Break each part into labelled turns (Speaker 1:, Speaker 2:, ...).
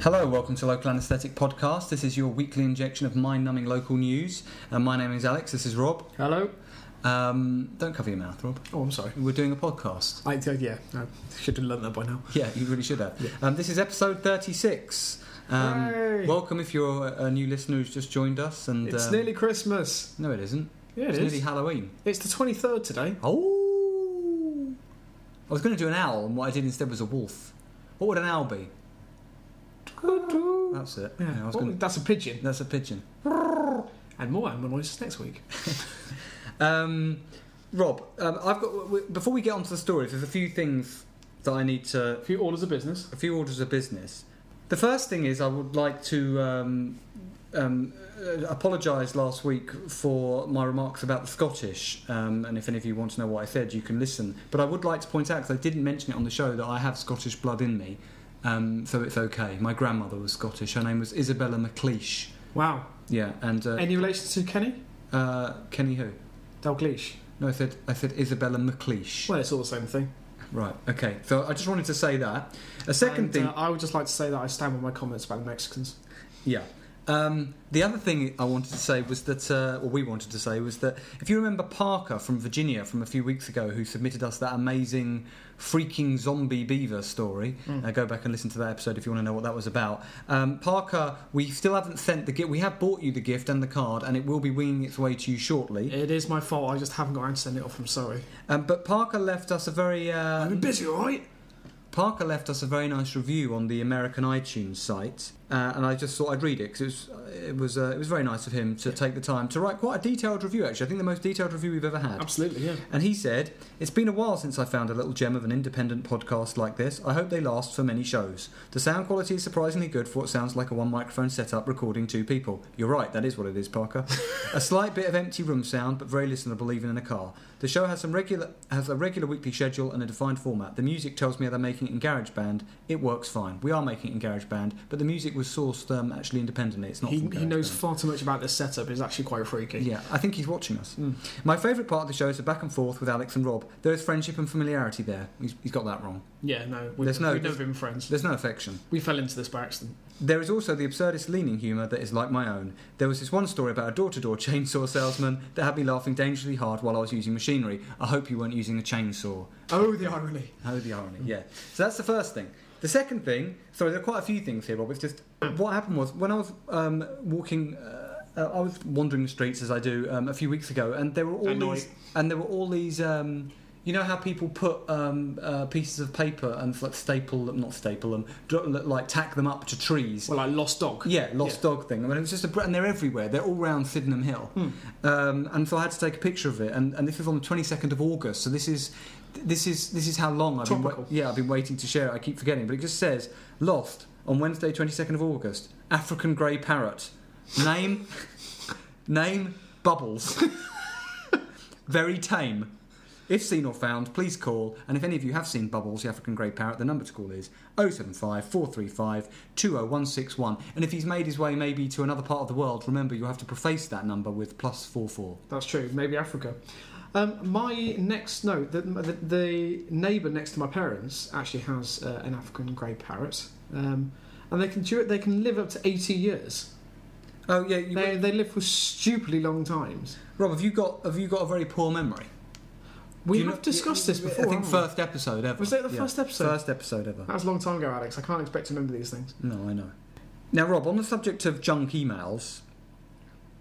Speaker 1: Hello, welcome to Local Anesthetic Podcast. This is your weekly injection of mind numbing local news. Uh, my name is Alex, this is Rob.
Speaker 2: Hello.
Speaker 1: Um, don't cover your mouth, Rob.
Speaker 2: Oh, I'm sorry.
Speaker 1: We're doing a podcast.
Speaker 2: I uh, yeah, I should have learned that by now.
Speaker 1: Yeah, you really should have.
Speaker 2: Yeah.
Speaker 1: Um, this is episode 36. Um,
Speaker 2: Hooray!
Speaker 1: welcome if you're a a new listener who's just joined us. And
Speaker 2: it's
Speaker 1: um,
Speaker 2: nearly Christmas.
Speaker 1: No, it isn't.
Speaker 2: Yeah,
Speaker 1: it's
Speaker 2: it
Speaker 1: nearly
Speaker 2: is.
Speaker 1: Halloween.
Speaker 2: It's the 23rd today.
Speaker 1: Oh! I was going to do an owl, and what I did instead was a wolf. What would an owl be?
Speaker 2: Yeah,
Speaker 1: That's it. Yeah, I was
Speaker 2: well,
Speaker 1: gonna,
Speaker 2: that's a pigeon.
Speaker 1: that's a pigeon.
Speaker 2: And more animal noises next week.
Speaker 1: Um, Rob, um, I've got. w- w- Before we get onto the stories, there's a few things that I need to.
Speaker 2: A few orders of business.
Speaker 1: A few orders of business. The first thing is I would like to um, um, uh, apologise last week for my remarks about the Scottish. Um, and if any of you want to know what I said, you can listen. But I would like to point out, because I didn't mention it on the show, that I have Scottish blood in me. Um, so it's okay. My grandmother was Scottish. Her name was Isabella MacLeish.
Speaker 2: Wow.
Speaker 1: Yeah, and uh,
Speaker 2: Any relation to Kenny?
Speaker 1: uh, Kenny who?
Speaker 2: Dalgleish.
Speaker 1: No, I said I said Isabella MacLeish.
Speaker 2: Well, it's all the same thing.
Speaker 1: Right. Okay. So I just wanted to say that. A second
Speaker 2: And,
Speaker 1: thing.
Speaker 2: uh, I would just like to say that I stand with my comments about the Mexicans.
Speaker 1: yeah. Um, the other thing I wanted to say was that, uh, or we wanted to say, was that if you remember Parker from Virginia from a few weeks ago, who submitted us that amazing freaking zombie beaver story, uh, go back and listen to that episode if you want to know what that was about. Um, Parker, we still haven't sent the gift. We have bought you the gift and the card, and it will be winging its way to you shortly.
Speaker 2: It is my fault. I just haven't got around to sending it off. I'm sorry.
Speaker 1: Um, but Parker left us a very.
Speaker 2: I've
Speaker 1: Uh,
Speaker 2: been busy, all right?
Speaker 1: Parker left us a very nice review on the American iTunes site, uh, and I just thought I'd read it because it was it was uh, it was very nice of him to take the time to write quite a detailed review. Actually, I think the most detailed review we've ever had.
Speaker 2: Absolutely, yeah.
Speaker 1: And he said, It's been a while since I found a little gem of an independent podcast like this. I hope they last for many shows. The sound quality is surprisingly good for what sounds like a one microphone setup recording two people. You're right, that is what it is, Parker. a slight bit of empty room sound, but very listenable even in a car. The show has some regular has a regular weekly schedule and a defined format. The music tells me they're making it in GarageBand. It works fine. We are making it in GarageBand, but the music was sourced um, actually independently. It's not
Speaker 2: He,
Speaker 1: from
Speaker 2: he knows
Speaker 1: GarageBand.
Speaker 2: far too much about this setup. It's actually quite freaky.
Speaker 1: Yeah, I think he's watching us.
Speaker 2: Mm.
Speaker 1: My favourite part of the show is the back and forth with Alex and Rob. There is friendship and familiarity there. He's, he's got that wrong.
Speaker 2: Yeah, no. We've,
Speaker 1: There's no-
Speaker 2: we've never been friends.
Speaker 1: There's no affection.
Speaker 2: We fell into this by accident.
Speaker 1: There is also the absurdist leaning humour that is like my own. There was this one story about a door to door chainsaw salesman that had me laughing dangerously hard while I was using machinery. I hope you weren't using a chainsaw.
Speaker 2: Oh, the irony.
Speaker 1: Oh, the irony. Yeah. So that's the first thing. The second thing, sorry, there are quite a few things here, Rob. It's just what happened was when I was um, walking, uh, uh, I was wandering the streets as I do um, a few weeks ago, and there were all
Speaker 2: Annoying.
Speaker 1: these, and there were all these. Um, you know how people put um, uh, pieces of paper and like staple them, not staple them, dr- like tack them up to trees.
Speaker 2: Well, I lost dog.
Speaker 1: Yeah, lost dog thing. I mean, it was just a, br- and they're everywhere. They're all round Sydenham Hill, um, and so I had to take a picture of it. And, and this was on the twenty second of August. So this is this is this is how long I've been.
Speaker 2: Topical.
Speaker 1: Wa- yeah, I've been waiting to share it. I keep forgetting, but it just says lost on Wednesday, twenty second of August. African grey parrot. Name name Bubbles. Very tame. If seen or found, please call. And if any of you have seen Bubbles, the African grey parrot, the number to call is 075 435 20161. And if he's made his way maybe to another part of the world, remember you'll have to preface that number with plus 44.
Speaker 2: That's true. Maybe Africa. Um, my next no, the, the, the neighbour next to my parents actually has uh, an African grey parrot, um, and they can do it. They can live up to eighty years.
Speaker 1: Oh, yeah. You,
Speaker 2: They, they live for stupidly long times.
Speaker 1: Rob, have you, got, have you got a very poor memory?
Speaker 2: We
Speaker 1: Do you
Speaker 2: have
Speaker 1: know-
Speaker 2: discussed this before.
Speaker 1: I think
Speaker 2: haven't we?
Speaker 1: first episode ever.
Speaker 2: Was that the
Speaker 1: Yeah,
Speaker 2: first episode?
Speaker 1: First episode ever.
Speaker 2: That was a long time ago, Alex. I can't expect to remember these things.
Speaker 1: No, I know. Now, Rob, on the subject of junk emails,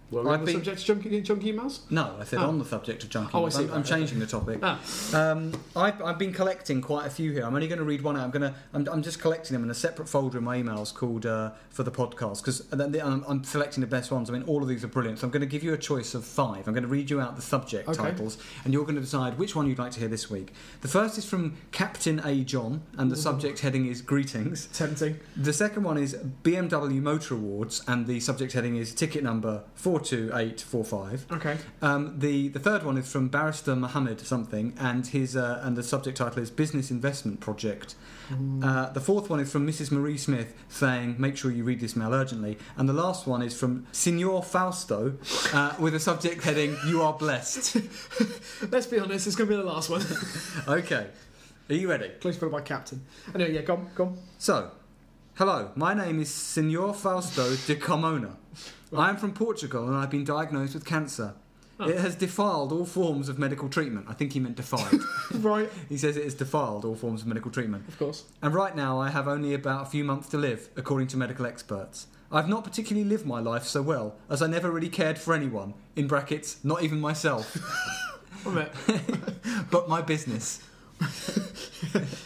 Speaker 2: Were we
Speaker 1: I
Speaker 2: on the
Speaker 1: think-
Speaker 2: subject of junkie, junkie emails?
Speaker 1: No, I said
Speaker 2: Oh.
Speaker 1: on the subject of junk emails.
Speaker 2: Oh, I see.
Speaker 1: I'm, I'm
Speaker 2: Right,
Speaker 1: changing the topic.
Speaker 2: Ah.
Speaker 1: Um, I've, I've been collecting quite a few here. I'm only going to read one out. I'm going to. I'm, I'm just collecting them in a separate folder in my emails called uh, for the podcast because I'm, I'm selecting the best ones. I mean, all of these are brilliant. So I'm going to give you a choice of five. I'm going to read you out the subject
Speaker 2: Okay.
Speaker 1: titles, and you're going to decide which one you'd like to hear this week. The first is from Captain A John, and the
Speaker 2: Ooh.
Speaker 1: subject heading is greetings.
Speaker 2: Tempting.
Speaker 1: The second one is BMW Motor Awards, and the subject heading is ticket number four two eight four five.
Speaker 2: Okay.
Speaker 1: Um, the the third one is from barrister Mohammed something, and his uh, and the subject title is business investment project. Uh, the fourth one is from Mrs. Marie Smith saying, "Make sure you read this mail urgently." And the last one is from Signor Fausto uh, with a subject heading, "You are blessed."
Speaker 2: Let's be honest. It's going to be the last one.
Speaker 1: okay, are you ready?
Speaker 2: Close followed by captain. Anyway, yeah, go on, go on.
Speaker 1: So, Hello, my name is Senor Fausto de Carmona. I am from Portugal and I've been diagnosed with cancer.
Speaker 2: Oh.
Speaker 1: It has defiled all forms of medical treatment. I think he meant defiled.
Speaker 2: right,
Speaker 1: he says it has defiled all forms of medical treatment.
Speaker 2: of course.
Speaker 1: And right now, I have only about a few months to live, according to medical experts. I've not particularly lived my life so well, as I never really cared for anyone, in brackets, not even myself,
Speaker 2: One minute.
Speaker 1: but my business.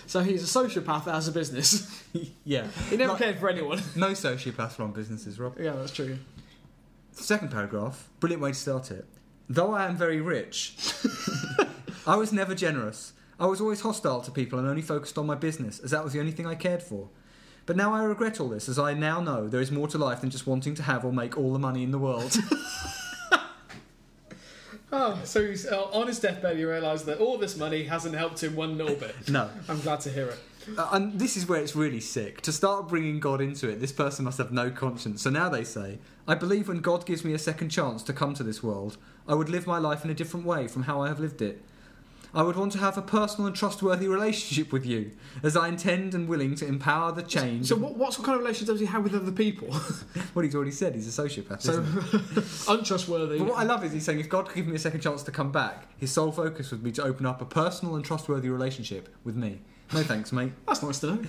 Speaker 2: So he's a sociopath that has a business.
Speaker 1: yeah.
Speaker 2: He never
Speaker 1: Like-
Speaker 2: cared for anyone.
Speaker 1: No sociopaths run businesses, Rob.
Speaker 2: yeah, that's true.
Speaker 1: Second paragraph, brilliant way to start it. Though I am very rich, I was never generous. I was always hostile to people and only focused on my business, as that was the only thing I cared for. But now I regret all this, as I now know there is more to life than just wanting to have or make all the money in the world.
Speaker 2: Oh, so he's uh, on his deathbed. He realised that all this money hasn't helped him one little bit.
Speaker 1: no.
Speaker 2: I'm glad to hear it.
Speaker 1: Uh, and this is where it's really sick. To start bringing God into it, this person must have no conscience. So now they say, I believe when God gives me a second chance to come to this world, I would live my life in a different way from how I have lived it. I would want to have a personal and trustworthy relationship with you, as I intend and willing to empower the change.
Speaker 2: So, what, what sort of kind of relationship does he have with other people?
Speaker 1: what he's already said, he's a sociopath.
Speaker 2: So,
Speaker 1: isn't he?
Speaker 2: untrustworthy.
Speaker 1: But what I love is he's saying, if God could give me a second chance to come back, his sole focus would be to open up a personal and trustworthy relationship with me. No thanks, mate.
Speaker 2: That's nice to know.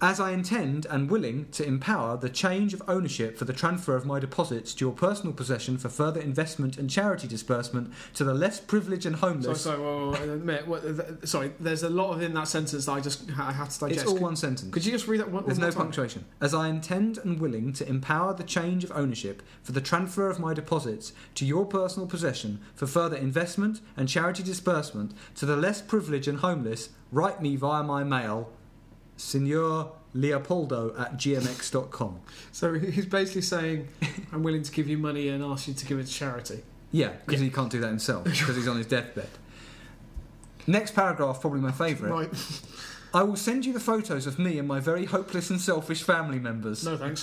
Speaker 1: As I intend and willing to empower the change of ownership for the transfer of my deposits to your personal possession for further investment and charity disbursement to the less privileged and
Speaker 2: Sorry,
Speaker 1: homeless.
Speaker 2: sorry, whoa, whoa, whoa, admit, what, th- sorry. There's a lot of in that sentence that I just I have to digest.
Speaker 1: it's all
Speaker 2: could,
Speaker 1: one sentence.
Speaker 2: could you just read that one?
Speaker 1: There's
Speaker 2: one
Speaker 1: no
Speaker 2: more time?
Speaker 1: punctuation. As I intend and willing to empower the change of ownership for the transfer of my deposits to your personal possession for further investment and charity disbursement to the less privileged and homeless, write me via my mail, Senor Leopoldo at gmx.com.
Speaker 2: So he's basically saying, "I'm willing to give you money and ask you to give it to charity."
Speaker 1: Yeah, because he can't do that himself because he's on his deathbed. Next paragraph, probably my favourite.
Speaker 2: Right?
Speaker 1: I will send you the photos of me and my very hopeless and selfish family members.
Speaker 2: No thanks.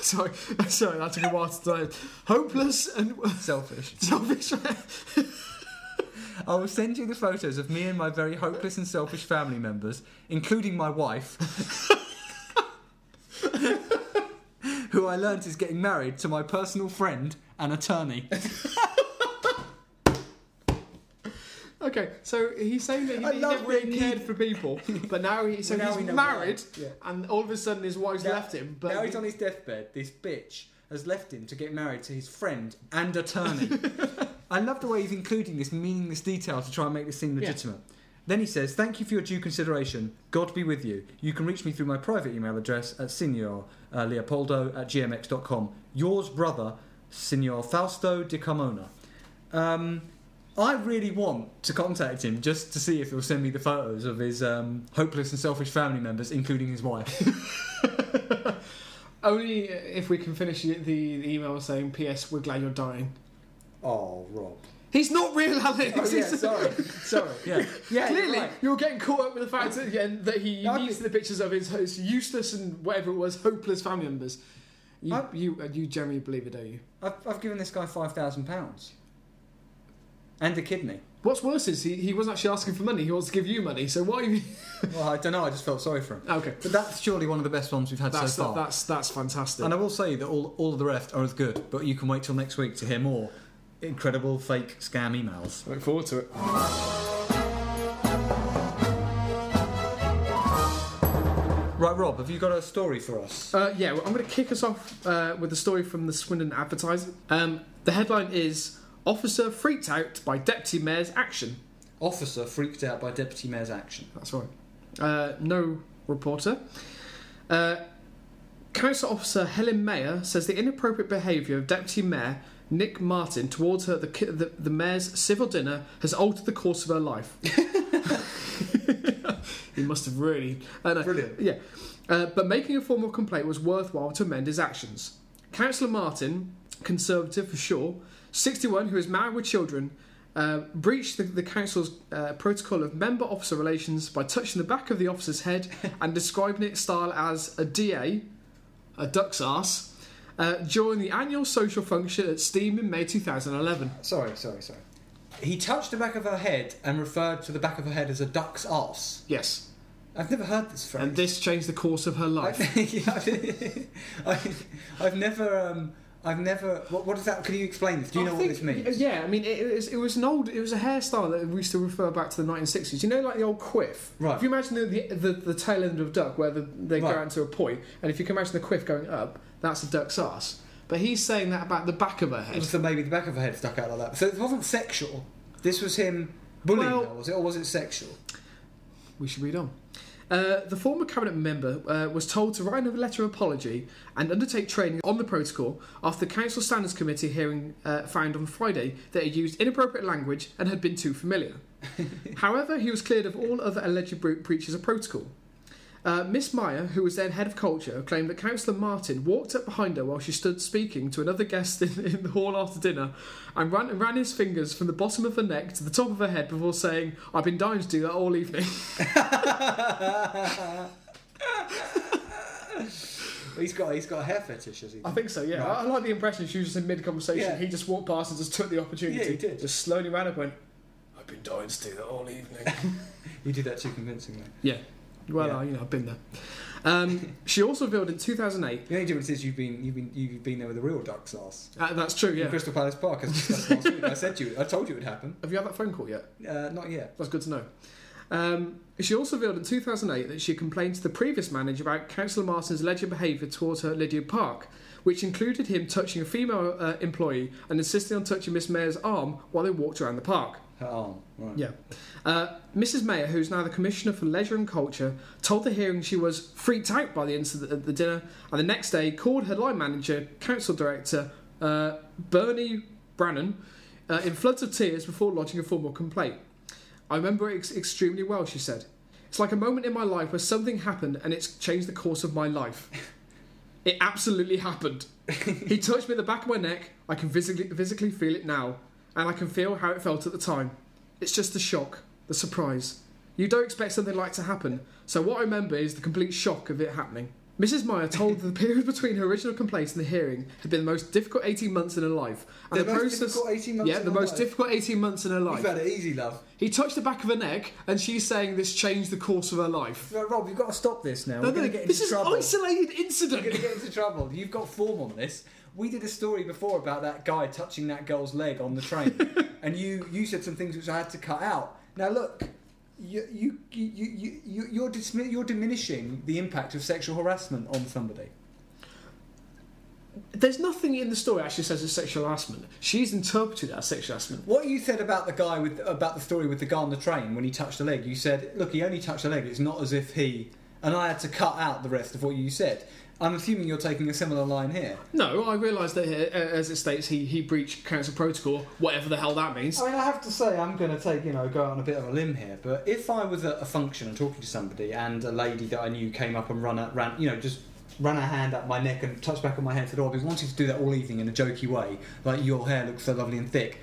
Speaker 2: sorry, sorry. That took a while to digest. Hopeless and
Speaker 1: Selfish.
Speaker 2: selfish.
Speaker 1: I will send you the photos of me and my very hopeless and selfish family members, including my wife, who I learnt is getting married to my personal friend and attorney.
Speaker 2: Okay, so he's saying that he,
Speaker 1: I
Speaker 2: he
Speaker 1: love
Speaker 2: never really
Speaker 1: that
Speaker 2: cared for people, but now he, so
Speaker 1: Now we
Speaker 2: he's
Speaker 1: know
Speaker 2: married,
Speaker 1: why. Yeah.
Speaker 2: and all of a sudden his wife's
Speaker 1: Now-
Speaker 2: left him. But
Speaker 1: now he's on his deathbed. This bitch has left him to get married to his friend and attorney. I love the way he's including this meaningless detail to try and make this seem
Speaker 2: Yeah.
Speaker 1: legitimate. Then he says, "Thank you for your due consideration. God be with you. You can reach me through my private email address at senor uh, leopoldo at gmx.com. Yours, brother, Senor Fausto de Carmona." Um, I really want to contact him just to see if he'll send me the photos of his um, hopeless and selfish family members, including his wife.
Speaker 2: only if we can finish the, the, the email saying, "P.S. We're glad you're dying."
Speaker 1: Oh, Rob.
Speaker 2: He's not real, Alex.
Speaker 1: Oh, yeah, sorry. sorry. Yeah. Yeah, you're
Speaker 2: Clearly,
Speaker 1: right.
Speaker 2: you're getting caught up with the fact that, yeah, that he
Speaker 1: I'd be-
Speaker 2: needs the pictures of his, his useless and whatever it was, hopeless family members. You,
Speaker 1: I-
Speaker 2: you, uh, you generally believe it, don't you?
Speaker 1: I've, I've given this guy £5,000 and a kidney.
Speaker 2: What's worse is he, he wasn't actually asking for money. He wants to give you money. So why? Have you...
Speaker 1: Well, I don't know, I just felt sorry for him.
Speaker 2: Okay,
Speaker 1: But that's surely one of the best ones we've had
Speaker 2: Uh, that's
Speaker 1: so far.
Speaker 2: that's that's fantastic.
Speaker 1: and I will say that all, all of the rest are as good, but you can wait till next week to hear more incredible fake scam emails.
Speaker 2: I look forward to it.
Speaker 1: Right, Rob, have you got a story for us?
Speaker 2: Uh, yeah, well, I'm going to kick us off uh, with a story from the Swindon Advertiser. Um, the headline is "Officer freaked out by deputy mayor's action."
Speaker 1: Officer freaked out by Deputy Mayor's action.
Speaker 2: That's right. Uh, no reporter. Uh, Council officer Helen Mayer says the inappropriate behaviour of Deputy Mayor Nick Martin towards her at the, ki- the, the mayor's civil dinner has altered the course of her life. he must have really. Uh, no.
Speaker 1: Brilliant.
Speaker 2: Yeah. Uh, but making a formal complaint was worthwhile to amend his actions. Councillor Martin, Conservative for sure, 61, who is married with children, uh, breached the, the council's uh, protocol of member officer relations by touching the back of the officer's head and describing its style as a DA, a duck's ass, uh, during the annual social function at STEAM in May 2011.
Speaker 1: Sorry, sorry, sorry. He touched the back of her head and referred to the back of her head as a duck's arse.
Speaker 2: Yes.
Speaker 1: I've never heard this phrase.
Speaker 2: And this changed the course of her life.
Speaker 1: I, I, I've never. Um, I've never. What, what is that? Can you explain this? Do you
Speaker 2: I
Speaker 1: know
Speaker 2: think-
Speaker 1: what this means?
Speaker 2: Yeah, I mean, it, it, was, it was an old, it was a hairstyle that we used to refer back to the 1960s. You know, like the old quiff.
Speaker 1: Right.
Speaker 2: If you imagine the the, the, the tail end of a duck where the, they
Speaker 1: Right.
Speaker 2: go out to a point, and if you can imagine the quiff going up, that's a duck's ass. But he's saying that about the back of her
Speaker 1: It
Speaker 2: head.
Speaker 1: was the, maybe the back of her head stuck out like that. So it wasn't sexual. This was him bullying
Speaker 2: Well-
Speaker 1: her, was it? Or was it sexual?
Speaker 2: We should read on. Uh, the former cabinet member uh, was told to write a letter of apology and undertake training on the protocol after the council standards committee hearing uh, found on Friday that he used inappropriate language and had been too familiar. However, he was cleared of all other alleged bre- breaches of protocol. Uh, Miss Meyer, who was then head of culture, claimed that Councillor Martin walked up behind her while she stood speaking to another guest in, in the hall after dinner and ran, and ran his fingers from the bottom of her neck to the top of her head before saying, I've been dying to do that all evening.
Speaker 1: he's got he's got a hair fetish, has he?
Speaker 2: I think so, yeah. I, I like the impression she was just in mid conversation.
Speaker 1: Yeah.
Speaker 2: He just walked past and just took the opportunity.
Speaker 1: Yeah, he did.
Speaker 2: Just slowly ran up and went, I've been dying to do that all evening.
Speaker 1: You did that too convincingly.
Speaker 2: yeah. Well,
Speaker 1: Yeah.
Speaker 2: I- you know, I've been there. Um, she also revealed in 2008.
Speaker 1: The only difference is you've been you've been you've been there with a real duck sauce.
Speaker 2: Uh, that's true, yeah.
Speaker 1: Crystal Palace Park, as discussed last week. I said to you, I told you it would happen.
Speaker 2: Have you had that phone call yet?
Speaker 1: Uh, not yet.
Speaker 2: That's good to know. Um, she also revealed in 2008 that she complained to the previous manager about Councillor Martin's alleged behaviour towards her at Lydia Park, which included him touching a female uh, employee and insisting on touching Miss Mayer's arm while they walked around the park.
Speaker 1: Her arm. Right.
Speaker 2: Yeah. Uh, Mrs. Mayer, who's now the Commissioner for Leisure and Culture, told the hearing she was freaked out by the incident at the dinner and the next day called her line manager, Council Director uh, Bernie Brannan, uh, in floods of tears before lodging a formal complaint. I remember it ex- extremely well, she said. It's like a moment in my life where something happened and it's changed the course of my life. It absolutely happened. he touched me at the back of my neck. I can physically, physically feel it now, and I can feel how it felt at the time. It's just the shock, the surprise. You don't expect something like to happen, so what I remember is the complete shock of it happening. Mrs. Meyer told that the period between her original complaint and the hearing had been the most difficult 18 months in her life. And
Speaker 1: The,
Speaker 2: the,
Speaker 1: most
Speaker 2: process,
Speaker 1: difficult 18 months
Speaker 2: yeah,
Speaker 1: of
Speaker 2: the
Speaker 1: my
Speaker 2: most
Speaker 1: life.
Speaker 2: difficult 18 months in her
Speaker 1: You've
Speaker 2: life.
Speaker 1: had it easy, love.
Speaker 2: He touched the back of her neck, and she's saying this changed the course of her life.
Speaker 1: Right, Rob, you've got to stop this now.
Speaker 2: No,
Speaker 1: We're going
Speaker 2: no,
Speaker 1: to get
Speaker 2: this
Speaker 1: into
Speaker 2: is
Speaker 1: trouble.
Speaker 2: an isolated
Speaker 1: We're going
Speaker 2: incident.
Speaker 1: to get into trouble. You've got form on this. We did a story before about that guy touching that girl's leg on the train, and you you said some things which I had to cut out. Now look, you you you you, you you're dismi- you're diminishing the impact of sexual harassment on somebody.
Speaker 2: There's nothing in the story that actually says it's sexual harassment. She's interpreted it as sexual harassment.
Speaker 1: What you said about the guy with about the story with the guy on the train when he touched a leg, you said, "Look, he only touched a leg. It's not as if he." And I had to cut out the rest of what you said. I'm assuming you're taking a similar line here.
Speaker 2: No, I realise that here, uh, as it states, he, he breached council protocol, whatever the hell that means.
Speaker 1: I mean, I have to say, I'm going to take, you know, go out on a bit of a limb here, but if I was at a function and talking to somebody and a lady that I knew came up and run a, ran, you know, just ran her hand up my neck and touched back on my head and said, oh, I've been wanting to do that all evening in a jokey way, like your hair looks so lovely and thick,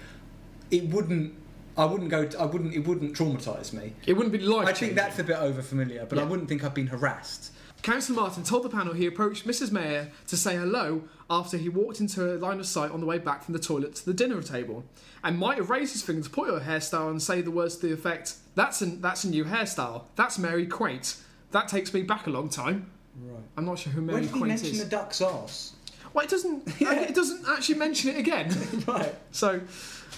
Speaker 1: it wouldn't, I wouldn't go, I wouldn't, it wouldn't traumatise me.
Speaker 2: It wouldn't be life.
Speaker 1: I think that's a bit over familiar, but I
Speaker 2: Yeah.
Speaker 1: wouldn't think I've been harassed.
Speaker 2: Councillor Martin told the panel he approached Mrs. Mayer to say hello after he walked into her line of sight on the way back from the toilet to the dinner table, and might have raised his finger to point at her hairstyle and say the words to the effect, "That's an that's a new hairstyle. That's Mary Quaint. That takes me back a long time."
Speaker 1: Right.
Speaker 2: I'm not sure who
Speaker 1: When
Speaker 2: Mary
Speaker 1: did he
Speaker 2: Quaint
Speaker 1: mention
Speaker 2: is.
Speaker 1: the duck's arse?
Speaker 2: Well, it doesn't. uh, It doesn't actually mention it again.
Speaker 1: right.
Speaker 2: So,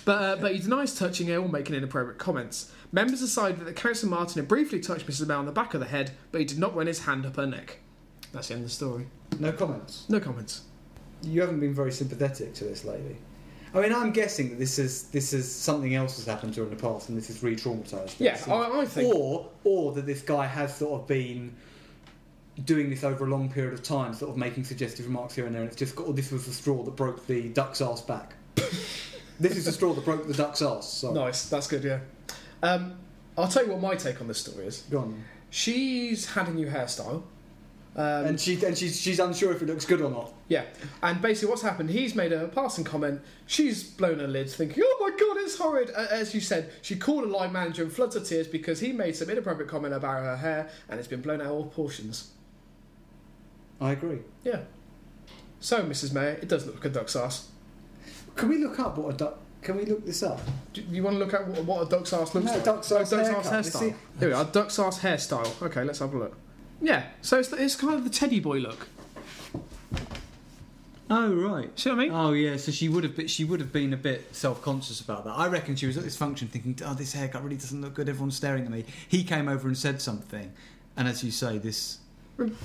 Speaker 2: but uh, but he denies touching her or making inappropriate comments. Members decided that Councillor Martin had briefly touched Mrs. Bell on the back of the head, but he did not run his hand up her neck. That's the end of the story.
Speaker 1: No comments.
Speaker 2: No comments.
Speaker 1: you haven't been very sympathetic to this lady. I mean, I'm guessing that this is this is something else has happened during the past, and this is re-traumatized.
Speaker 2: Yeah, I, I think.
Speaker 1: or or that this guy has sort of been doing this over a long period of time, sort of making suggestive remarks here and there, and it's just got. Oh, this was the straw that broke the duck's ass back. this is the straw that broke the duck's ass. Sorry.
Speaker 2: Nice, that's good, yeah. Um, I'll tell you what my take on this story is.
Speaker 1: Go on. then.
Speaker 2: She's had a new hairstyle. Um,
Speaker 1: and she and she's she's unsure if it looks good or not.
Speaker 2: yeah, and basically what's happened, he's made a passing comment, she's blown her lid thinking, oh my god, it's horrid. A- As you said, she called a line manager in floods of tears because he made some inappropriate comment about her hair and it's been blown out of all portions.
Speaker 1: I agree.
Speaker 2: Yeah. So, Mrs. Mayor, it does look like a duck's ass.
Speaker 1: Can we look up what a duck?
Speaker 3: Can we look this up?
Speaker 2: Do you want to look at what, what a duck's ass looks
Speaker 3: No,
Speaker 2: like?
Speaker 3: duck's
Speaker 2: Oh,
Speaker 3: arse haircut.
Speaker 2: hairstyle.
Speaker 3: You see-
Speaker 2: Here we are, duck's ass hairstyle. Okay, let's have a look. Yeah, so it's, it's kind of the teddy boy look.
Speaker 1: Oh right.
Speaker 2: See what I mean?
Speaker 1: Oh yeah, so she would have been, she would have been a bit self-conscious about that. I reckon she was at this function thinking, "Oh, this haircut really doesn't look good. Everyone's staring at me." He came over and said something, and as you say, this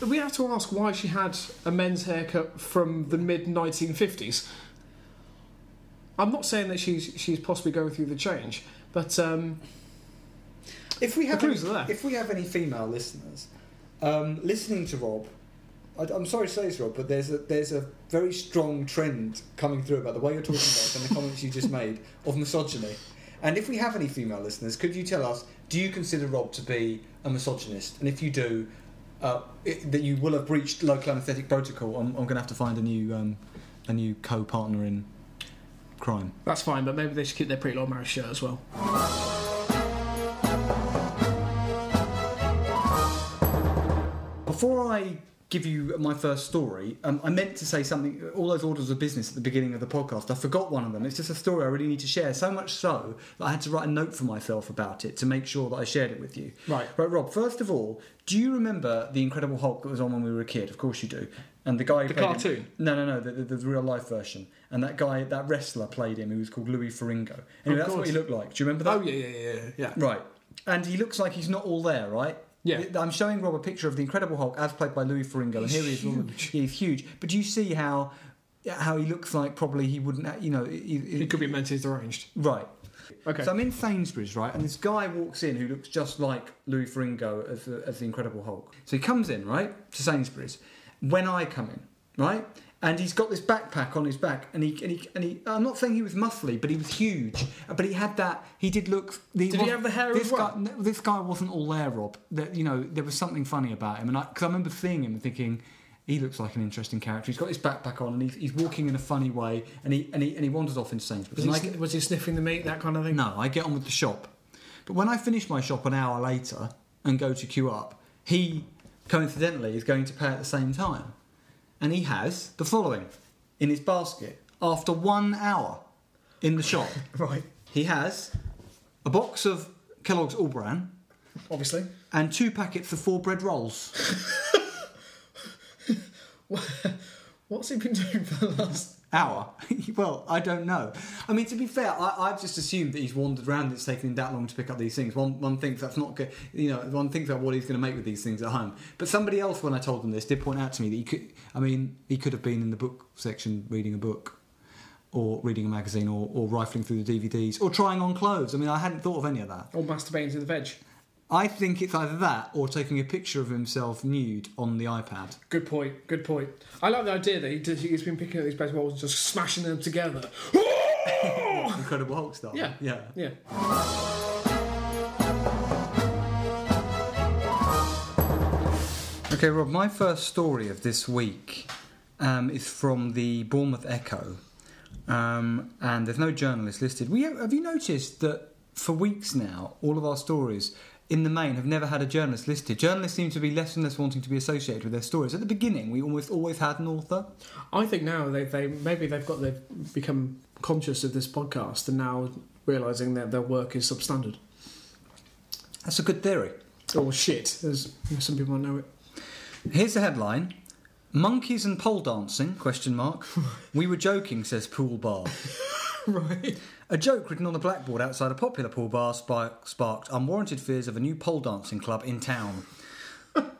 Speaker 2: We have to ask why she had a men's haircut from the mid 1950s. I'm not saying that she's she's possibly going through the change, but um,
Speaker 3: If we
Speaker 2: the
Speaker 3: have any,
Speaker 2: clues are there.
Speaker 3: if we have any female listeners um, listening to Rob, I, I'm sorry to say this, Rob, but there's a there's a very strong trend coming through about the way you're talking about it and the comments you just made of misogyny. And if we have any female listeners, could you tell us? Do you consider Rob to be a misogynist? And if you do,
Speaker 1: uh, it, that you will have breached local anaesthetic protocol. I'm, I'm going to have to find a new um, a new co-partner in crime.
Speaker 2: That's fine, but maybe they should keep their pretty little marriage shirt as well.
Speaker 1: Before I give you my first story, um, I meant to say something. All those orders of business at the beginning of the podcast, I forgot one of them. It's just a story I really need to share. So much so that I had to write a note for myself about it to make sure that I shared it with you.
Speaker 2: Right.
Speaker 1: Right, Rob. First of all, do you remember the Incredible Hulk that was on when we were a kid? Of course you do. And the guy who
Speaker 2: The
Speaker 1: played him-
Speaker 2: cartoon?
Speaker 1: no, no, no, the, the, the real life version. And that guy, that wrestler played him, who was called Louis Faringo. Anyway, that's what
Speaker 2: course.
Speaker 1: he looked like. Do you remember that?
Speaker 2: Oh yeah, yeah, yeah, yeah.
Speaker 1: Right. And he looks like he's not all there, right?
Speaker 2: Yeah.
Speaker 1: I'm showing Rob a picture of the Incredible Hulk as played by Louis Faringo, and here he is.
Speaker 2: huge.
Speaker 1: He's huge. But do you see how how he looks like probably he wouldn't, ha- you know, he, he-
Speaker 2: He could be mentally deranged.
Speaker 1: right.
Speaker 2: Okay.
Speaker 1: So I'm in Sainsbury's, right, and this guy walks in who looks just like Louis Faringo as the, as the Incredible Hulk. So he comes in, right, to Sainsbury's. When I come in, right, and he's got this backpack on his back, and he and he and he. I'm not saying he was muscly, but he was huge. But he had that. He did look.
Speaker 2: Did he
Speaker 1: wasn't-
Speaker 2: have the hair
Speaker 1: this
Speaker 2: as well?
Speaker 1: Guy, no, this guy wasn't all there, Rob. That you know, there was something funny about him, and because I, remember seeing him and thinking. He looks like an interesting character. He's got his backpack on and he's, he's walking in a funny way and he, and he and he wanders off in Sainsbury's.
Speaker 2: was, he,
Speaker 1: And I-
Speaker 2: sn- was he sniffing the meat, that kind of thing?
Speaker 1: no, I get on with the shop. But when I finish my shop an hour later and go to queue up, he coincidentally is going to pay at the same time. And he has the following in his basket after one hour in the shop.
Speaker 2: Right,
Speaker 1: He has a box of Kellogg's All Bran
Speaker 2: obviously.
Speaker 1: and two packets of four bread rolls.
Speaker 2: What's he been doing for the last?
Speaker 1: Hour? well, I don't know. I mean, to be fair, I, I've just assumed that he's wandered around. It's taken him that long to pick up these things. One, one thinks that's not good. You know, one thinks about what he's going to make with these things at home. But somebody else, when I told them this, did point out to me that he could. I mean, he could have been in the book section reading a book, or reading a magazine, or, or rifling through the DVDs, or trying on clothes. I mean, I hadn't thought of any of that.
Speaker 2: Or Oh, masturbating to the veg.
Speaker 1: I think it's either that or taking a picture of himself nude on the iPad.
Speaker 2: Good point. Good point. I like the idea that he did, he's been picking up these bed walls and just smashing them together.
Speaker 1: Incredible Hulk style.
Speaker 2: Yeah.
Speaker 1: yeah.
Speaker 2: yeah.
Speaker 1: Okay, Rob, my first story of this week um, is from the Bournemouth Echo. Um, and there's no journalist listed. We have, have you noticed that for weeks now, all of our stories in the main have never had a journalist listed? Journalists seem to be less and less wanting to be associated with their stories. At the beginning, we almost always had an author.
Speaker 2: I think now they, they maybe they've got they've become conscious of this podcast and now realizing that their work is substandard
Speaker 1: That's a good theory.
Speaker 2: or shit, as some people know it.
Speaker 1: Here's the headline: Monkeys and pole dancing? Question mark. we were joking, says pool bar.
Speaker 2: Right.
Speaker 1: A joke written on a blackboard outside a popular pool bar spark, sparked unwarranted fears of a new pole dancing club in town,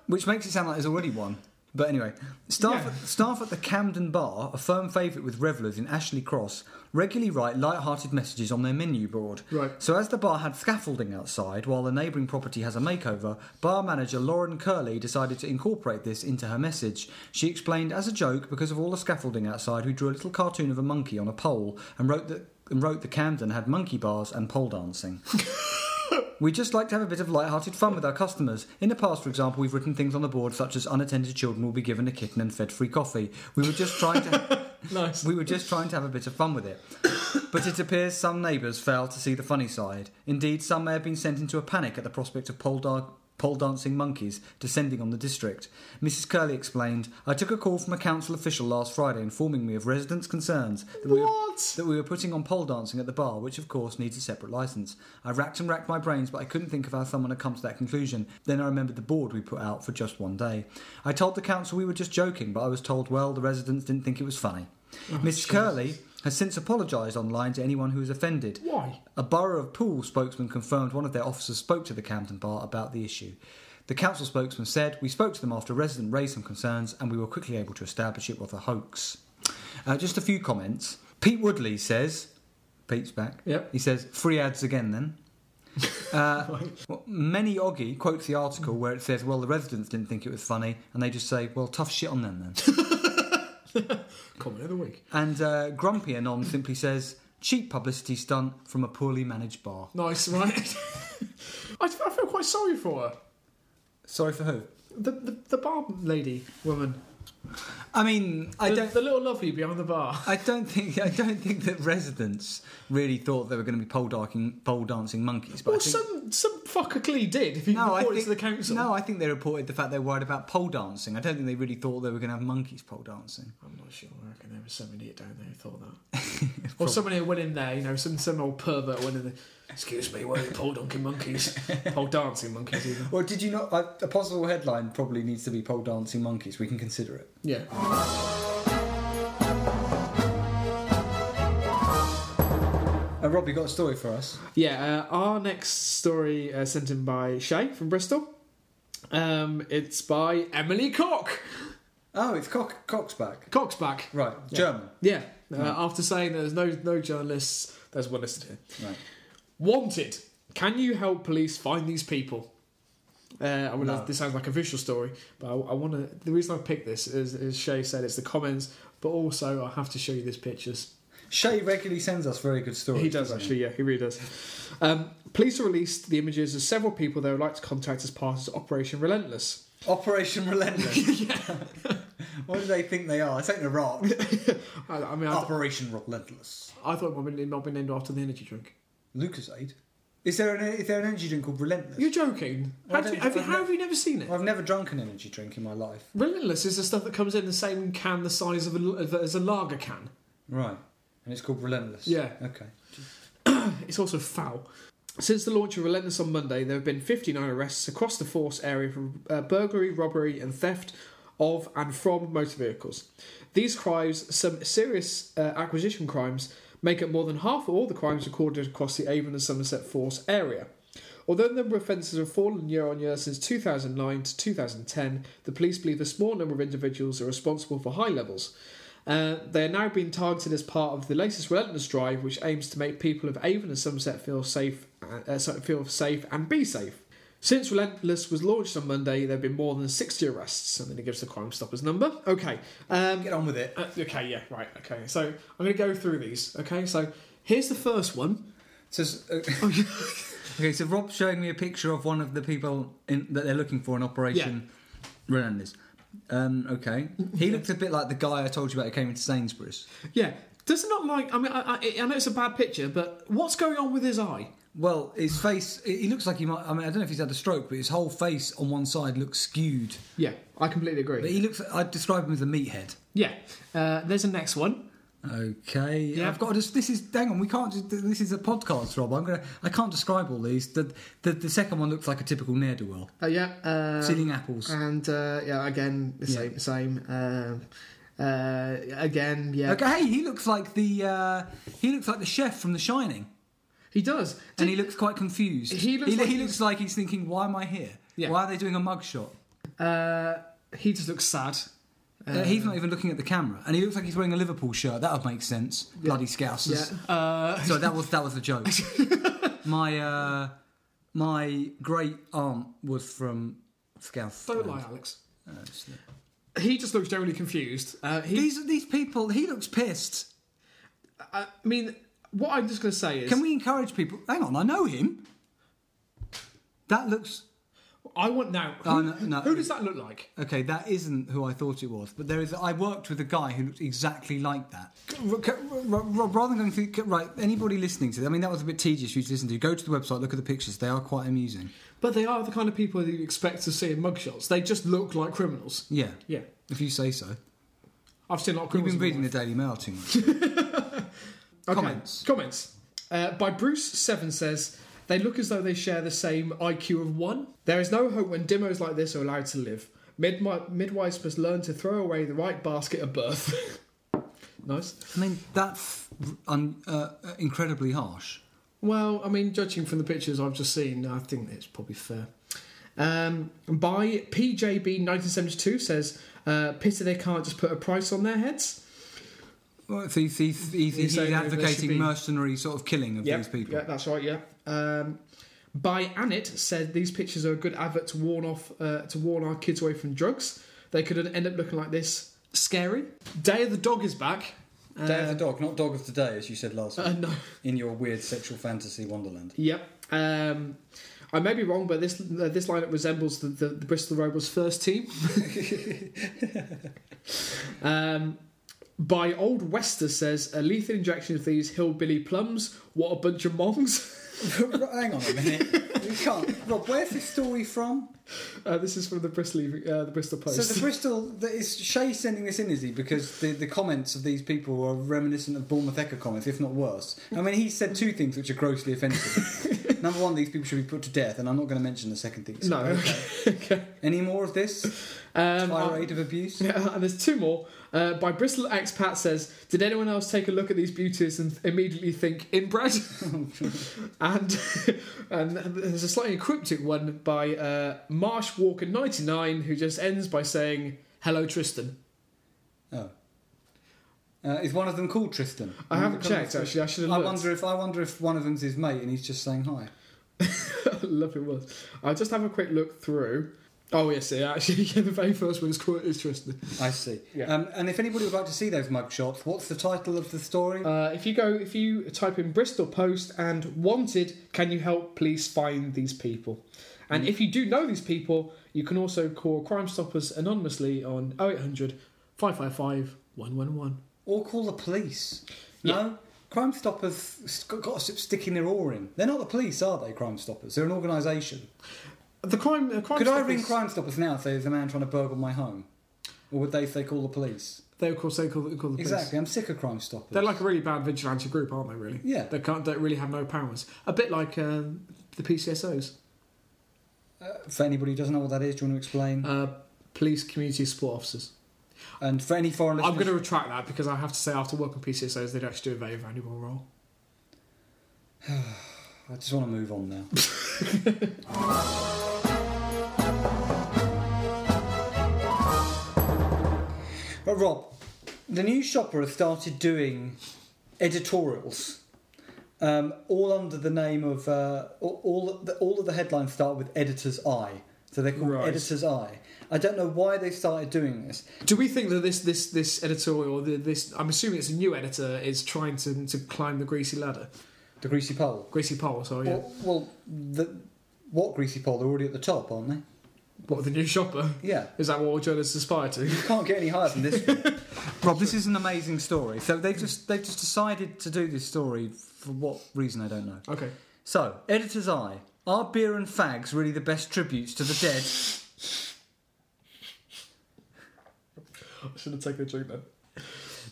Speaker 1: which makes it sound like there's already one. But anyway, staff,
Speaker 2: Yeah.
Speaker 1: staff at the Camden Bar, a firm favourite with revellers in Ashley Cross, regularly write light-hearted messages on their menu board.
Speaker 2: Right.
Speaker 1: So as the bar had scaffolding outside, while the neighbouring property has a makeover, bar manager Lauren Curley decided to incorporate this into her message. She explained as a joke because of all the scaffolding outside, we drew a little cartoon of a monkey on a pole and wrote that and wrote the Camden had monkey bars and pole dancing. We just like to have a bit of light-hearted fun with our customers. In the past, for example, we've written things on the board such as unattended children will be given a kitten and fed free coffee. We were just trying to
Speaker 2: Nice.
Speaker 1: we were just trying to have a bit of fun with it. But it appears some neighbours failed to see the funny side. Indeed, some may have been sent into a panic at the prospect of pole, dar- pole dancing monkeys descending on the district. Mrs. Curley explained, I took a call from a council official last Friday informing me of residents' concerns that we, were,
Speaker 2: What?
Speaker 1: that we were putting on pole dancing at the bar, which of course needs a separate license. I racked and racked my brains, but I couldn't think of how someone had come to that conclusion. Then I remembered the board we put out for just one day. I told the council we were just joking, but I was told, well, the residents didn't think it was funny. Mrs. Curley has since apologised online to anyone who was offended.
Speaker 2: Why?
Speaker 1: A Borough of Poole spokesman confirmed one of their officers spoke to the Camden Bar about the issue. The council spokesman said, We spoke to them after a resident raised some concerns and we were quickly able to establish it was a hoax. Uh, just a few comments. Pete Woodley says, Pete's back.
Speaker 2: Yep.
Speaker 1: He says, Free ads again then. Uh, well, many Oggy quotes the article where it says, Well, the residents didn't think it was funny and they just say, Well, tough shit on them then.
Speaker 2: Comment of the week.
Speaker 1: And uh, Grumpy Anon simply says, cheap publicity stunt from a poorly managed bar.
Speaker 2: Nice, right? I, I feel quite sorry for her.
Speaker 1: Sorry for who?
Speaker 2: The, the, the bar lady woman.
Speaker 1: I mean, I
Speaker 2: the,
Speaker 1: don't.
Speaker 2: the little lovely behind the bar.
Speaker 1: I don't think I don't think that residents really thought they were going to be pole dancing pole dancing monkeys. But
Speaker 2: Well,
Speaker 1: I think,
Speaker 2: some some fucker clearly did. If you report it to the council,
Speaker 1: no, I think they reported the fact they were worried about pole dancing. I don't think they really thought they were going to have monkeys pole dancing.
Speaker 2: I'm not sure. I reckon there was some idiot down there who thought that, or somebody who went in there. You know, some some old pervert went in there. Excuse me, where are the pole donkey monkeys? pole dancing monkeys, even.
Speaker 1: Well, did you not? I, a possible headline probably needs to be pole dancing monkeys. We can consider it.
Speaker 2: Yeah.
Speaker 1: Uh, Rob, you got a story for us?
Speaker 2: Yeah, uh, our next story uh, sent in by Shay from Bristol. Um, it's by Emily Cock.
Speaker 1: Oh, it's cock, cock's back.
Speaker 2: Cock's back.
Speaker 1: Right, German.
Speaker 2: Yeah. Uh, After saying there's no no journalists, there's one listed here.
Speaker 1: Right.
Speaker 2: Wanted. Can you help police find these people? Uh, I realize
Speaker 1: No.
Speaker 2: this sounds like a visual story, but I, want to. The reason I picked this is, as Shay said, it's the comments, but also I have to show you these pictures.
Speaker 1: Shay regularly sends us very good stories.
Speaker 2: He does
Speaker 1: doesn't
Speaker 2: actually, yeah, he really does. Um, police released the images of several people they would like to contact as part of Operation Relentless.
Speaker 1: Operation Relentless. what do they think they are? It's ain't Iraq.
Speaker 2: I, I mean, I,
Speaker 1: Operation Relentless.
Speaker 2: I thought it might be- might be named after the energy drink.
Speaker 1: Lucasade. Is there an is there an energy drink called Relentless?
Speaker 2: You're joking?
Speaker 1: Well, I
Speaker 2: How, do you-
Speaker 1: don't-
Speaker 2: have you,
Speaker 1: I've
Speaker 2: how
Speaker 1: ne-
Speaker 2: have you never seen it?
Speaker 1: I've never drunk an energy drink in my life.
Speaker 2: Relentless is the stuff that comes in the same can, the size of a, of a- as a lager can.
Speaker 1: Right. And it's called Relentless.
Speaker 2: Yeah.
Speaker 1: Okay.
Speaker 2: It's also foul. Since the launch of Relentless on Monday, there have been 59 arrests across the force area for uh, burglary, robbery, and theft of and from motor vehicles. These crimes, some serious uh, acquisition crimes, make up more than half of all the crimes recorded across the Avon and Somerset Force area. Although the number of offences have fallen year on year since 2009 to 2010, the police believe a small number of individuals are responsible for high levels. Uh, they are now being targeted as part of the latest Relentless Drive, which aims to make people of Avon and Somerset feel safe, uh, uh, so- feel safe and be safe. Since Relentless was launched on Monday, there have been more than 60 arrests, and then it gives the Crime Stoppers number. Okay, um,
Speaker 1: Get on with it.
Speaker 2: uh, okay, yeah, right, okay. So I'm going to go through these. Okay, so here's the first one.
Speaker 1: So, s- uh, okay, so Rob's showing me a picture of one of the people in, that they're looking for in Operation Relentless. Um, okay. He looks a bit like the guy I told you about who came into Sainsbury's.
Speaker 2: Yeah, does it not like? I mean, I, I, I know it's a bad picture, but what's going on with his eye?
Speaker 1: Well, his face, he he looks like he might, I mean, I don't know if he's had a stroke, but his whole face on one side looks skewed.
Speaker 2: Yeah, I completely agree.
Speaker 1: But he looks, I'd describe him as a meathead.
Speaker 2: Yeah, uh, there's a next one.
Speaker 1: Okay.
Speaker 2: Yeah.
Speaker 1: I've got to just, this is, hang on, we can't just, this is a podcast, Rob. I'm going to, I can't describe all these. The, the, the second one looks like a typical ne'er-do-well.
Speaker 2: Uh, yeah, uh,
Speaker 1: Stealing apples.
Speaker 2: and uh, yeah, again the
Speaker 1: Yeah.
Speaker 2: same, the same. Um, uh, again, yeah,
Speaker 1: Okay, hey, he looks like the, uh, he looks like the chef from The Shining.
Speaker 2: he does.
Speaker 1: And he looks quite confused.
Speaker 2: He looks like
Speaker 1: he
Speaker 2: he's-
Speaker 1: looks like he's thinking, why am I here?
Speaker 2: Yeah.
Speaker 1: Why are they doing a mugshot?
Speaker 2: Uh, he just looks sad.
Speaker 1: Uh, he's not even looking at the camera, and he looks like he's wearing a Liverpool shirt. That would make sense. Bloody
Speaker 2: Yeah.
Speaker 1: Scousers.
Speaker 2: Uh,
Speaker 1: So that was that was the joke. my uh, my great aunt was from Uh, Scouse.
Speaker 2: don't lie, Alex. He just looks generally confused. Uh, he,
Speaker 1: These these people. He looks pissed.
Speaker 2: I mean, what I'm just going to say is,
Speaker 1: Can we encourage people? Hang on, I know him. That looks.
Speaker 2: I want now. Who,
Speaker 1: Oh, no, no.
Speaker 2: who does that look like?
Speaker 1: Okay, that isn't who I thought it was, but there is. I worked with a guy who looked exactly like that. R- c- r- r- Rather than going through, c- right, anybody listening to, I mean, that was a bit tedious for you to listen to. Go to the website, look at the pictures; they are quite amusing.
Speaker 2: But they are the kind of people that you expect to see in mugshots. They just look like criminals.
Speaker 1: Yeah,
Speaker 2: Yeah,
Speaker 1: if you say so.
Speaker 2: I've seen a lot of
Speaker 1: You've
Speaker 2: criminals.
Speaker 1: been
Speaker 2: in
Speaker 1: reading the
Speaker 2: my life.
Speaker 1: Daily Mail too much.
Speaker 2: Okay,
Speaker 1: comments.
Speaker 2: Comments uh, by Bruce Seven says they look as though they share the same IQ of one. There is no hope when demos like this are allowed to live. Midmi- midwives must learn to throw away the right basket at birth. nice.
Speaker 1: I mean, that's un, uh, incredibly harsh.
Speaker 2: Well, I mean, judging from the pictures I've just seen, I think it's probably fair. Um, by PJB1972 says, uh, pity they can't just put a price on their heads.
Speaker 1: Well, so he's, he's, he's,
Speaker 2: He's
Speaker 1: he's
Speaker 2: saying that there should
Speaker 1: advocating
Speaker 2: be-
Speaker 1: mercenary sort of killing of
Speaker 2: Yeah,
Speaker 1: these people.
Speaker 2: Yeah, that's right, yeah. Um, by Annit said these pictures are a good advert to warn off uh, to warn our kids away from drugs. They could end up looking like this. Scary. Day of the Dog is back.
Speaker 1: Day
Speaker 2: Uh,
Speaker 1: of the dog, not dog of the day, as you said last
Speaker 2: uh,
Speaker 1: week,
Speaker 2: no.
Speaker 1: in your weird sexual fantasy wonderland.
Speaker 2: Yep. Um, I may be wrong, but this uh, this lineup resembles the, the, the Bristol Robles first team. um, by Old Wester says a lethal injection of these hillbilly plums. What a bunch of mongs!
Speaker 1: Hang on a minute. You can't. Rob, where's this story from?
Speaker 2: Uh, this is from the Bristol uh, the Bristol Post.
Speaker 1: So the Bristol, the, is Shay sending this in, is he? Because the, the comments of these people are reminiscent of Bournemouth Echo comments, if not worse. I mean, he said two things which are grossly offensive. Number one, these people should be put to death, and I'm not going to mention the second thing.
Speaker 2: no, okay.
Speaker 1: Any more of this
Speaker 2: Um,
Speaker 1: tirade of abuse?
Speaker 2: Yeah, and there's two more. Uh, by Bristol Expat says, Did anyone else take a look at these beauties and immediately think inbred? and and there's a slightly cryptic one by uh, Marsh Walker 99 who just ends by saying, Hello, Tristan.
Speaker 1: Oh. Uh, is one of them called Tristan?
Speaker 2: I haven't checked actually. I should have
Speaker 1: I
Speaker 2: looked.
Speaker 1: wonder if I wonder if one of them's his mate and he's just saying hi.
Speaker 2: Love it was. I'll just have a quick look through. Oh yes, yeah, actually, yeah, the very first one is, called- is Tristan.
Speaker 1: I see.
Speaker 2: Yeah.
Speaker 1: Um, and if anybody would like to see those mug shots, what's the title of the story?
Speaker 2: Uh, if you go, if you type in Bristol Post and wanted, can you help police find these people? And
Speaker 1: Mm.
Speaker 2: if you do know these people, you can also call Crime Stoppers anonymously on 0800 555 111.
Speaker 1: Or call the police. No? Crime Stoppers st- got a s- stick in their oar in. They're not the police, are they, Crime Stoppers? They're an organisation.
Speaker 2: The crime, uh, crime
Speaker 1: Could I
Speaker 2: Stoppers,
Speaker 1: ring Crime Stoppers now and say there's a man trying to burgle my home? Or would they say call the police?
Speaker 2: They of course they call, call the police.
Speaker 1: Exactly, I'm sick of Crime Stoppers.
Speaker 2: They're like a really bad vigilante group, aren't they? Really?
Speaker 1: Yeah.
Speaker 2: They can't. They really have no powers. A bit like um, the PCSOs,
Speaker 1: Uh, for anybody who doesn't know what that is, do you want to explain?
Speaker 2: uh, police community support officers.
Speaker 1: and for any foreign listeners.
Speaker 2: I'm going to retract that because I have to say, after working PCSOs, they'd actually do a very valuable role.
Speaker 1: I just want to move on now. but Rob, the new shopper has started doing editorials, um, all under the name of uh, all all, the, all of the headlines start with editor's eye, so they're called
Speaker 2: Right.
Speaker 1: editor's eye. I don't know why they started doing this.
Speaker 2: Do we think that this this this editorial, the- this I'm assuming it's a new editor, is trying to to climb the greasy ladder,
Speaker 1: The greasy pole.
Speaker 2: greasy pole? Sorry, yeah.
Speaker 1: Well, well the, what greasy pole? They're already at the top, aren't they?
Speaker 2: what the new shopper?
Speaker 1: Yeah.
Speaker 2: Is that what all journalists aspire to?
Speaker 1: You can't get any higher than this. one. Rob, this is an amazing story. So they've just they've just decided to do this story for what reason I don't know.
Speaker 2: Okay,
Speaker 1: So, editor's eye: Are beer and fags really the best tributes to the dead?
Speaker 2: I should have taken a drink then.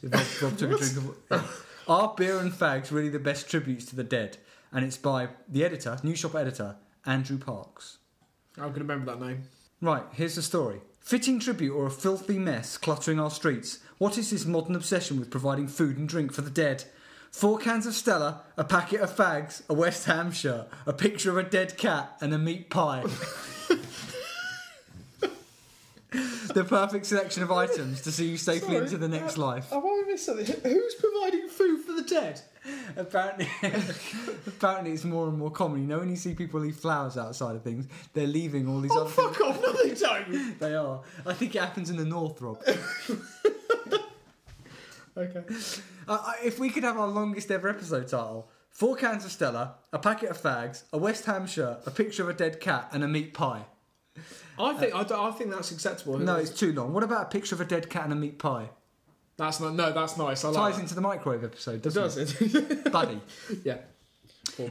Speaker 1: Rob, Rob took a drink of. Are beer and fags really the best tributes to the dead? And it's by the editor, new shop editor Andrew Parks.
Speaker 2: I'm gonna remember that name.
Speaker 1: Right, here's the story. Fitting tribute or a filthy mess cluttering our streets? What is this modern obsession with providing food and drink for the dead? Four cans of Stella, a packet of fags, a West Ham shirt, a picture of a dead cat, and a meat pie. the perfect selection of items to see you safely
Speaker 2: Sorry,
Speaker 1: into the next
Speaker 2: uh,
Speaker 1: life.
Speaker 2: Have I missed something? Who's providing food for the dead?
Speaker 1: Apparently, apparently, it's more and more common. You know, when you see people leave flowers outside of things, they're leaving all these
Speaker 2: Oh
Speaker 1: other things.
Speaker 2: fuck off! No, they don't.
Speaker 1: They are. I think it happens in the north, Rob.
Speaker 2: Okay.
Speaker 1: Uh, I- if we could have our longest ever episode title four cans of Stella, a packet of fags, a West Ham shirt, a picture of a dead cat, and a meat pie.
Speaker 2: I think I, don't- I think that's acceptable.
Speaker 1: No, it's too long. What about a picture of a dead cat and a meat pie?
Speaker 2: that's not. No, that's nice. I like.
Speaker 1: Ties
Speaker 2: that.
Speaker 1: into the microwave episode,
Speaker 2: It
Speaker 1: doesn't
Speaker 2: does it?
Speaker 1: it? Buddy.
Speaker 2: yeah.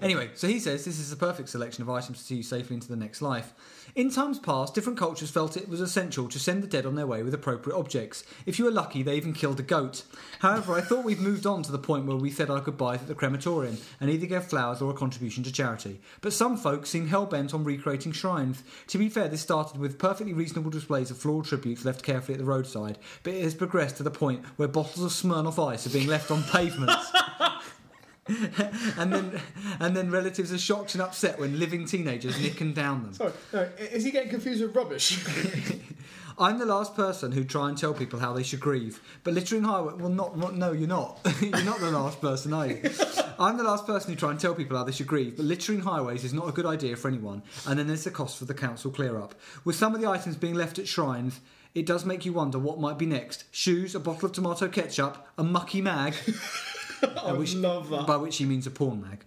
Speaker 1: Anyway, so he says this is the perfect selection of items to see you safely into the next life. In times past, different cultures felt it was essential to send the dead on their way with appropriate objects. If you were lucky, they even killed a goat. However, I thought we'd moved on to the point where we said our goodbyes at the crematorium and either gave flowers or a contribution to charity. But some folks seem hell bent on recreating shrines. To be fair, this started with perfectly reasonable displays of floral tributes left carefully at the roadside, but it has progressed to the point where bottles of Smirnoff ice are being left on pavements and then and then relatives are shocked and upset when living teenagers nick and down them.
Speaker 2: Sorry. No, is he getting confused with rubbish?
Speaker 1: I'm the last person who try and tell people how they should grieve, but littering highway. Well, not, not no, you're not. you're not the last person, are you? I'm the last person who try and tell people how they should grieve, but littering highways is not a good idea for anyone. And then there's the cost for the council clear up. With some of the items being left at shrines, it does make you wonder what might be next: shoes, a bottle of tomato ketchup, a mucky mag.
Speaker 2: I
Speaker 1: which-
Speaker 2: love that.
Speaker 1: By which he means a porn mag.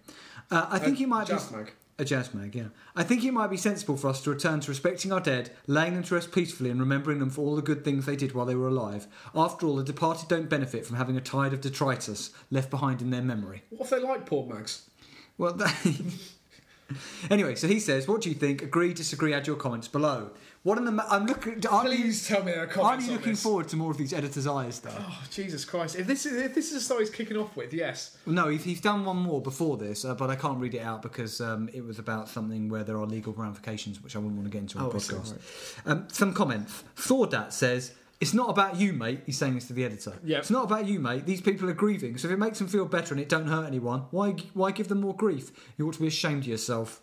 Speaker 1: Uh, I think he might be
Speaker 2: Jazz mag.
Speaker 1: a jazz mag, yeah. I think it might be sensible for us to return to respecting our dead, laying them to rest peacefully, and remembering them for all the good things they did while they were alive. After all, the departed don't benefit from having a tide of detritus left behind in their memory.
Speaker 2: What if they like poor mags?
Speaker 1: Well, that... anyway, so he says, "What do you think? Agree, disagree? Add your comments below." What in the? Ma- I'm looking. Aren't you,
Speaker 2: Please tell me there are
Speaker 1: aren't
Speaker 2: comments
Speaker 1: you
Speaker 2: on
Speaker 1: looking
Speaker 2: this.
Speaker 1: forward to more of these editors' eyes, though?
Speaker 2: Oh Jesus Christ! If this is if this is the story he's kicking off with, yes.
Speaker 1: No, he's, he's done one more before this, uh, but I can't read it out because um, it was about something where there are legal ramifications, which I wouldn't want to get into on
Speaker 2: Oh,
Speaker 1: the
Speaker 2: I see,
Speaker 1: podcast. Um, some comments. Thordat says, It's not about you, mate. He's saying this to the editor.
Speaker 2: Yep.
Speaker 1: It's not about you, mate. These people are grieving, so if it makes them feel better and it don't hurt anyone, why, why give them more grief? You ought to be ashamed of yourself.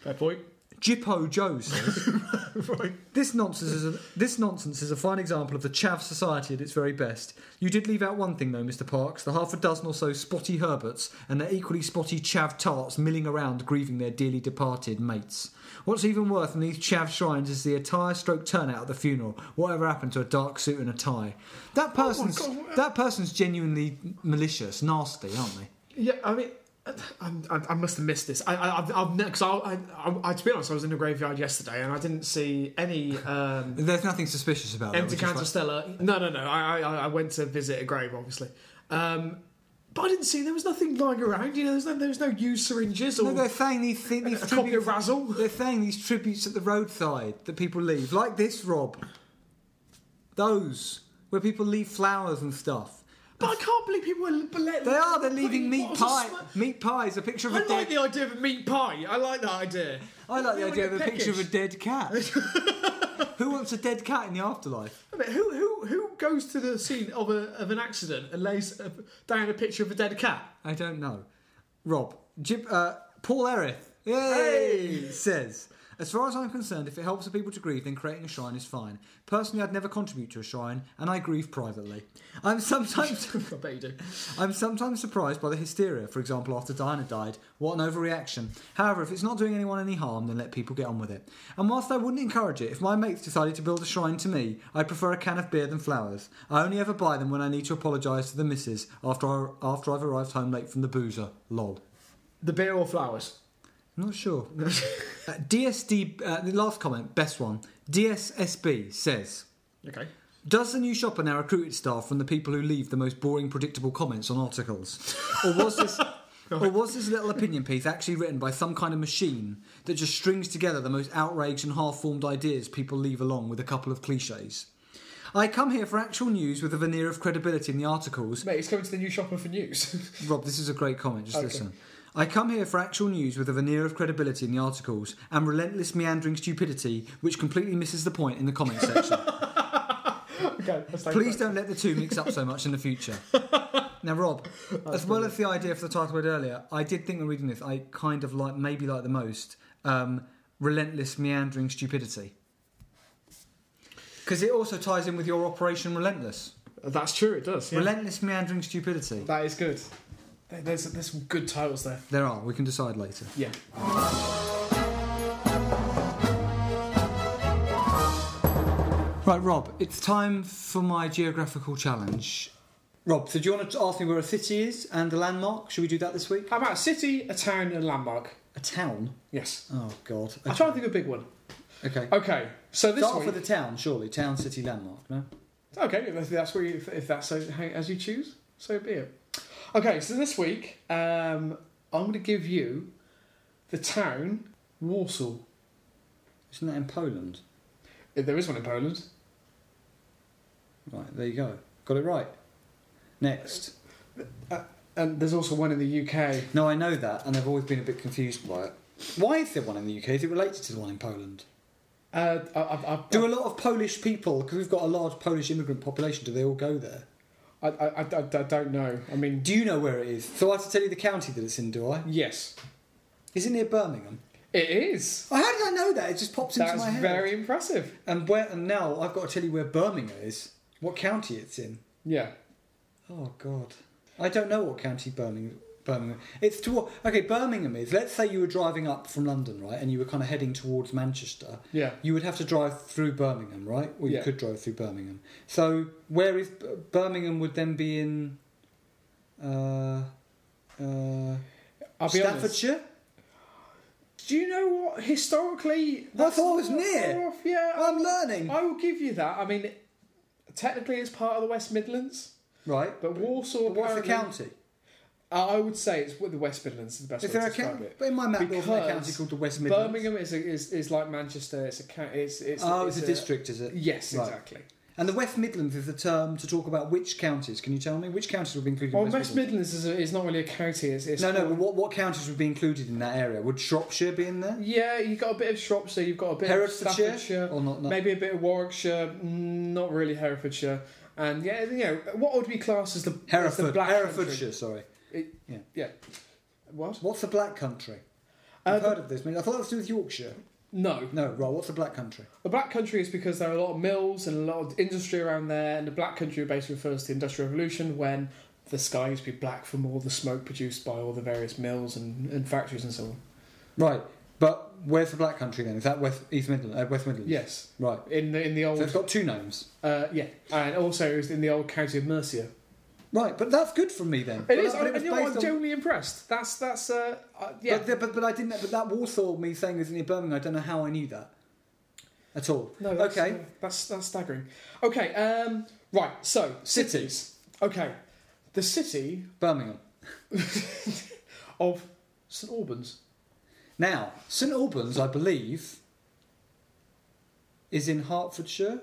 Speaker 2: Fair point.
Speaker 1: Jippo Joe says,
Speaker 2: right.
Speaker 1: This nonsense is a, this nonsense is a fine example of the chav society at its very best. You did leave out one thing though, Mr. Parks: the half a dozen or so spotty Herberts and their equally spotty chav tarts milling around, grieving their dearly departed mates. What's even worse than these chav shrines is the attire-stroke turnout at the funeral. Whatever happened to a dark suit and a tie? That person's
Speaker 2: Oh God.
Speaker 1: that person's genuinely malicious, nasty, aren't they?
Speaker 2: Yeah, I mean, I'm, I, I must have missed this. I, I, I've, I've because I, I, I, to be honest, I was in the graveyard yesterday and I didn't see any um,
Speaker 1: There's nothing suspicious about that.
Speaker 2: empty
Speaker 1: which is
Speaker 2: cans
Speaker 1: why-
Speaker 2: of Stella. No, no, no. I, I, I went to visit a grave, obviously. Um, but I didn't see there was nothing lying around. You know, there's no there's no used syringes or
Speaker 1: No, they're saying these, thi- these
Speaker 2: a copy of
Speaker 1: tributes-
Speaker 2: Razzle.
Speaker 1: They're saying these tributes at the roadside that people leave, like this, Rob. Those where people leave flowers and stuff.
Speaker 2: But I can't believe people are letting.
Speaker 1: They are. They're leaving meat
Speaker 2: What was
Speaker 1: pie.
Speaker 2: the sm-
Speaker 1: meat pies. A picture of a
Speaker 2: I like
Speaker 1: dead.
Speaker 2: the idea of a meat pie. I like that idea.
Speaker 1: I like the
Speaker 2: They
Speaker 1: idea
Speaker 2: wanna
Speaker 1: of a
Speaker 2: get
Speaker 1: picture of a
Speaker 2: peckish.
Speaker 1: dead cat. Who wants a dead cat in the afterlife?
Speaker 2: I mean, who who who goes to the scene of a of an accident and lays a, down a picture of a dead cat?
Speaker 1: I don't know. Rob, Jim, uh, Paul Erith, yay, says. As far as I'm concerned, if it helps the people to grieve, then creating a shrine is fine. Personally, I'd never contribute to a shrine, and I grieve privately. I'm sometimes
Speaker 2: I bet you do.
Speaker 1: I'm sometimes surprised by the hysteria, for example, after Diana died. What an overreaction. However, if it's not doing anyone any harm, then let people get on with it. And whilst I wouldn't encourage it, if my mates decided to build a shrine to me, I'd prefer a can of beer than flowers. I only ever buy them when I need to apologise to the missus after, I, after I've arrived home late from the boozer. Lol.
Speaker 2: The beer or flowers?
Speaker 1: I'm not sure. uh, DSD, uh, the last comment, best one. DSSB says.
Speaker 2: Okay.
Speaker 1: Does the new shopper now recruit its staff from the people who leave the most boring, predictable comments on articles? Or was this. Or was this little opinion piece actually written by some kind of machine that just strings together the most outraged and half formed ideas people leave along with a couple of cliches? I come here for actual news with a veneer of credibility in the articles,
Speaker 2: Mate, it's coming to the new shopper for news.
Speaker 1: Rob, this is a great comment. Just
Speaker 2: Okay.
Speaker 1: listen. I come here for actual news with a veneer of credibility in the articles and relentless meandering stupidity, which completely misses the point in the comments section.
Speaker 2: okay, let's take
Speaker 1: Please don't let the two mix up so much in the future. Now, Rob, as well as the idea for the title word earlier, I did think when reading this, I kind of like, maybe like the most, um, relentless meandering stupidity. Because it also ties in with your Operation Relentless.
Speaker 2: that. That's true. It does. yeah.
Speaker 1: Relentless meandering stupidity.
Speaker 2: That is good. There- There's there's some good titles there.
Speaker 1: There are, we can decide later.
Speaker 2: Yeah.
Speaker 1: Right, Rob, it's time for my geographical challenge. Rob, so do you want to ask me where a city is and a landmark? Should we do that this week?
Speaker 2: How about a city, a town, and a landmark?
Speaker 1: A town?
Speaker 2: Yes.
Speaker 1: Oh, God.
Speaker 2: I'm trying to think of a big one.
Speaker 1: Okay.
Speaker 2: Okay, so this
Speaker 1: Start off
Speaker 2: week.
Speaker 1: with the town, surely. Town, city, landmark. No.
Speaker 2: Okay, if that's where you, if, if that's so, how, as you choose, so be it. Okay, so this week um, I'm going to give you the town Warsaw.
Speaker 1: Isn't that in Poland?
Speaker 2: There is one in Poland.
Speaker 1: Right. There you go. Got it right. Next.
Speaker 2: And there's also one in the UK.
Speaker 1: No, I know that, and I've always been a bit confused by it. Why is there one in the UK? Is it related to the one in Poland?
Speaker 2: Uh, I, I, I,
Speaker 1: Do a lot of Polish people, because we've got a large Polish immigrant population, do they all go there?
Speaker 2: I, I, I, I don't know. I mean,
Speaker 1: Do you know where it is? So I have to tell you the county that it's in, do I?
Speaker 2: yes,
Speaker 1: Is it near Birmingham?
Speaker 2: it is.
Speaker 1: Oh, how did I know that? It just pops into
Speaker 2: That's
Speaker 1: my head.
Speaker 2: very impressive.
Speaker 1: And where? And now I've got to tell you where Birmingham is. What county it's in?
Speaker 2: Yeah.
Speaker 1: Oh God, I don't know what county Birmingham. Birmingham. It's toward. Okay, Birmingham is. Let's say you were driving up from London, right, and you were kind of heading towards Manchester.
Speaker 2: Yeah.
Speaker 1: You would have to drive through Birmingham, right? Well, you
Speaker 2: Yeah.
Speaker 1: could drive through Birmingham. So where is B- Birmingham? Would then be in. Uh, uh,
Speaker 2: I'll be honest.
Speaker 1: Staffordshire.
Speaker 2: Do you know what historically?
Speaker 1: thought it was
Speaker 2: not
Speaker 1: near.
Speaker 2: far off, Yeah.
Speaker 1: I'm learning.
Speaker 2: I will give you that. I mean, technically, it's part of the West Midlands,
Speaker 1: right.
Speaker 2: but Warsaw.
Speaker 1: But what's the
Speaker 2: apparently-
Speaker 1: county?
Speaker 2: I I would say it's with the West Midlands is the best
Speaker 1: Is
Speaker 2: way
Speaker 1: there
Speaker 2: to
Speaker 1: a
Speaker 2: describe
Speaker 1: county?
Speaker 2: it.
Speaker 1: But in my map, there wasn't a
Speaker 2: Because
Speaker 1: county called the West Midlands.
Speaker 2: Birmingham is, a, is is like Manchester. It's a county. It's, it's
Speaker 1: oh, it's, a, district, is it?
Speaker 2: Yes,
Speaker 1: Right.
Speaker 2: exactly.
Speaker 1: And the West Midlands is the term to talk about which counties. Can you tell me which counties would be included?
Speaker 2: Well,
Speaker 1: in
Speaker 2: West Midlands is, a, is not really a county. It's, it's
Speaker 1: No, no. But what, what counties would be included in that area? Would Shropshire be in there?
Speaker 2: Yeah, you've got a bit of Shropshire. You've got a bit of
Speaker 1: Herefordshire
Speaker 2: Staffordshire.
Speaker 1: or not? No.
Speaker 2: Maybe a bit of Warwickshire, mm, not really Herefordshire, and yeah, you know what would be classed as the as the
Speaker 1: Hereford,
Speaker 2: black
Speaker 1: Herefordshire.
Speaker 2: country.
Speaker 1: Sorry.
Speaker 2: What?
Speaker 1: What's the Black Country?
Speaker 2: Uh,
Speaker 1: I've heard of this. I mean, I thought it was to do with Yorkshire.
Speaker 2: No,
Speaker 1: No, right. What's the Black Country?
Speaker 2: The Black Country is because there are a lot of mills and a lot of industry around there, and the Black Country basically refers to the Industrial Revolution when the sky used to be black from all the smoke produced by all the various mills and, and factories and so on.
Speaker 1: Right. But where's the Black Country then? Is that West East Midlands? Uh, West Midlands.
Speaker 2: Yes,
Speaker 1: Right.
Speaker 2: in the in the
Speaker 1: So
Speaker 2: old
Speaker 1: it's got two names.
Speaker 2: uh, yeah, and also it was in the old county of Mercia.
Speaker 1: Right, but that's good for me then.
Speaker 2: It
Speaker 1: But
Speaker 2: is.
Speaker 1: that- but
Speaker 2: I,
Speaker 1: was
Speaker 2: you know, what, I'm
Speaker 1: based on-
Speaker 2: genuinely impressed. That's that's uh, uh yeah.
Speaker 1: But, the- but, but I didn't. But that Warsaw, me saying is near Birmingham. I don't know how I knew that at all.
Speaker 2: no, that's,
Speaker 1: okay.
Speaker 2: uh, that's that's staggering. Okay, um, right. So cities. Okay, the city
Speaker 1: Birmingham.
Speaker 2: of St Albans.
Speaker 1: Now, St Albans, I believe, is in Hertfordshire,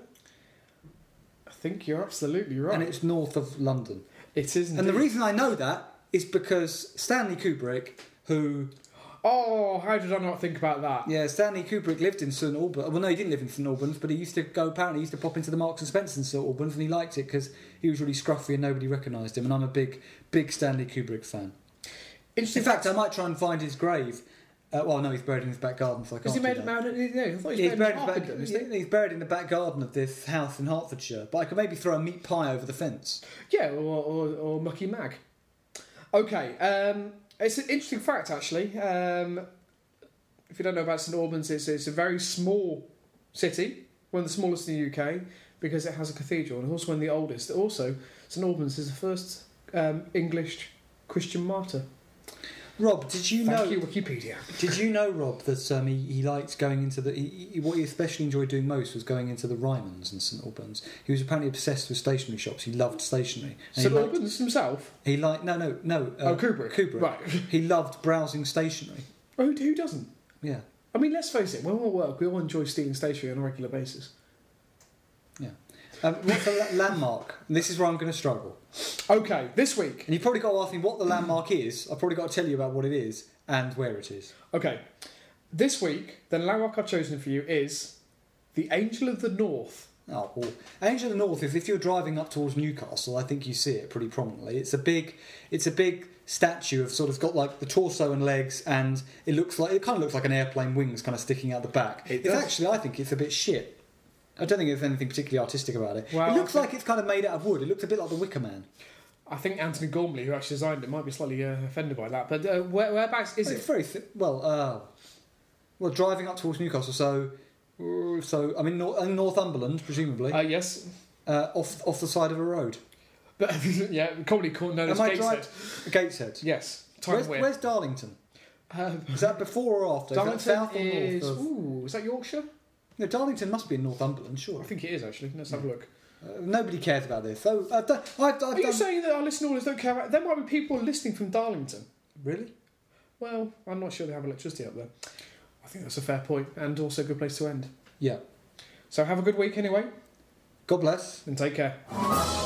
Speaker 2: I think you're absolutely right.
Speaker 1: and it's north of London.
Speaker 2: It is,
Speaker 1: And the
Speaker 2: indeed.
Speaker 1: reason I know that is because Stanley Kubrick, who
Speaker 2: Oh, how did I not think about that?
Speaker 1: yeah, Stanley Kubrick lived in St Albans. Well, no, he didn't live in St Albans, but he used to go. Apparently, he used to pop into the Marks and Spencer in St Albans, and he liked it because he was really scruffy and nobody recognised him. And I'm a big, big Stanley Kubrick fan. In
Speaker 2: Interesting.
Speaker 1: fact, I might try and find his grave. Uh, well, no, he's buried in his back garden, so I can't.
Speaker 2: Because he
Speaker 1: do
Speaker 2: made
Speaker 1: that.
Speaker 2: a mountain. No, I thought he
Speaker 1: Yeah, he's,
Speaker 2: was made
Speaker 1: buried
Speaker 2: a
Speaker 1: in the back,
Speaker 2: carpenter, isn't
Speaker 1: he's buried in the back garden of this house in Hertfordshire, but I could maybe throw a meat pie over the fence.
Speaker 2: he? Yeah, or, or, or Mucky Mag. Okay, um, it's an interesting fact actually. Um, if you don't know about St Albans, it's, it's a very small city, one of the smallest in the UK, because it has a cathedral and also one of the oldest. Also, St Albans is the first um, English Christian martyr.
Speaker 1: Rob, did you
Speaker 2: Thank
Speaker 1: know?
Speaker 2: you, Wikipedia.
Speaker 1: Did you know, Rob, that um, he, he liked going into the. He, he, what he especially enjoyed doing most was going into the Ryman's in St Albans. He was apparently obsessed with stationery shops. He loved stationery. And
Speaker 2: St
Speaker 1: he liked,
Speaker 2: Albans himself.
Speaker 1: he liked no no no. Uh,
Speaker 2: oh, Kubrick.
Speaker 1: Kubrick.
Speaker 2: Right.
Speaker 1: He loved browsing stationery.
Speaker 2: who, who doesn't?
Speaker 1: Yeah.
Speaker 2: I mean, let's face it, when we're at work, we all enjoy stealing stationery on a regular basis.
Speaker 1: Um, what's the la- landmark? And this is where I'm going to struggle.
Speaker 2: Okay, this week.
Speaker 1: And you've probably got to ask me what the landmark is. I've probably got to tell you about what it is and where it is.
Speaker 2: Okay. This week, the landmark I've chosen for you is the Angel of the North.
Speaker 1: Oh, well, Angel of the North. If, if you're driving up towards Newcastle, I think you see it pretty prominently. It's a big, it's a big statue of sort of got like the torso and legs, and it looks like it kind of looks like an airplane wings kind of sticking out the back.
Speaker 2: It
Speaker 1: it's
Speaker 2: does.
Speaker 1: actually, I think, it's a bit shit. I don't think there's anything particularly artistic about it.
Speaker 2: Well,
Speaker 1: it looks
Speaker 2: I
Speaker 1: like it's kind of made out of wood. It looks a bit like the Wicker Man.
Speaker 2: I think Anthony Gormley, who actually designed it, might be slightly uh, offended by that. But uh, where, whereabouts is
Speaker 1: Well,
Speaker 2: it?
Speaker 1: It's very th- well. Uh, well, driving up towards Newcastle, so uh, so I mean Nor- uh, Northumberland, presumably,
Speaker 2: Uh, yes.
Speaker 1: uh, off off the side of a road.
Speaker 2: But, yeah, commonly called known as
Speaker 1: Am I
Speaker 2: Gateshead.
Speaker 1: Gateshead.
Speaker 2: Yes. Time
Speaker 1: Where's,
Speaker 2: where?
Speaker 1: where's Darlington?
Speaker 2: Um,
Speaker 1: Is that before or after?
Speaker 2: Darlington
Speaker 1: is that south or north?
Speaker 2: is.
Speaker 1: of-
Speaker 2: Ooh, is that Yorkshire?
Speaker 1: No, Darlington must be in Northumberland, sure.
Speaker 2: I think it is actually. Let's have a look.
Speaker 1: Uh, nobody cares about this. So uh, th- I've, I've
Speaker 2: Are you
Speaker 1: done.
Speaker 2: saying that our listeners don't care about? There might be people listening from Darlington.
Speaker 1: really?
Speaker 2: Well, I'm not sure they have electricity up there. I think that's a fair point, and also a good place to end.
Speaker 1: Yeah.
Speaker 2: So have a good week anyway,
Speaker 1: God bless.
Speaker 2: and take care.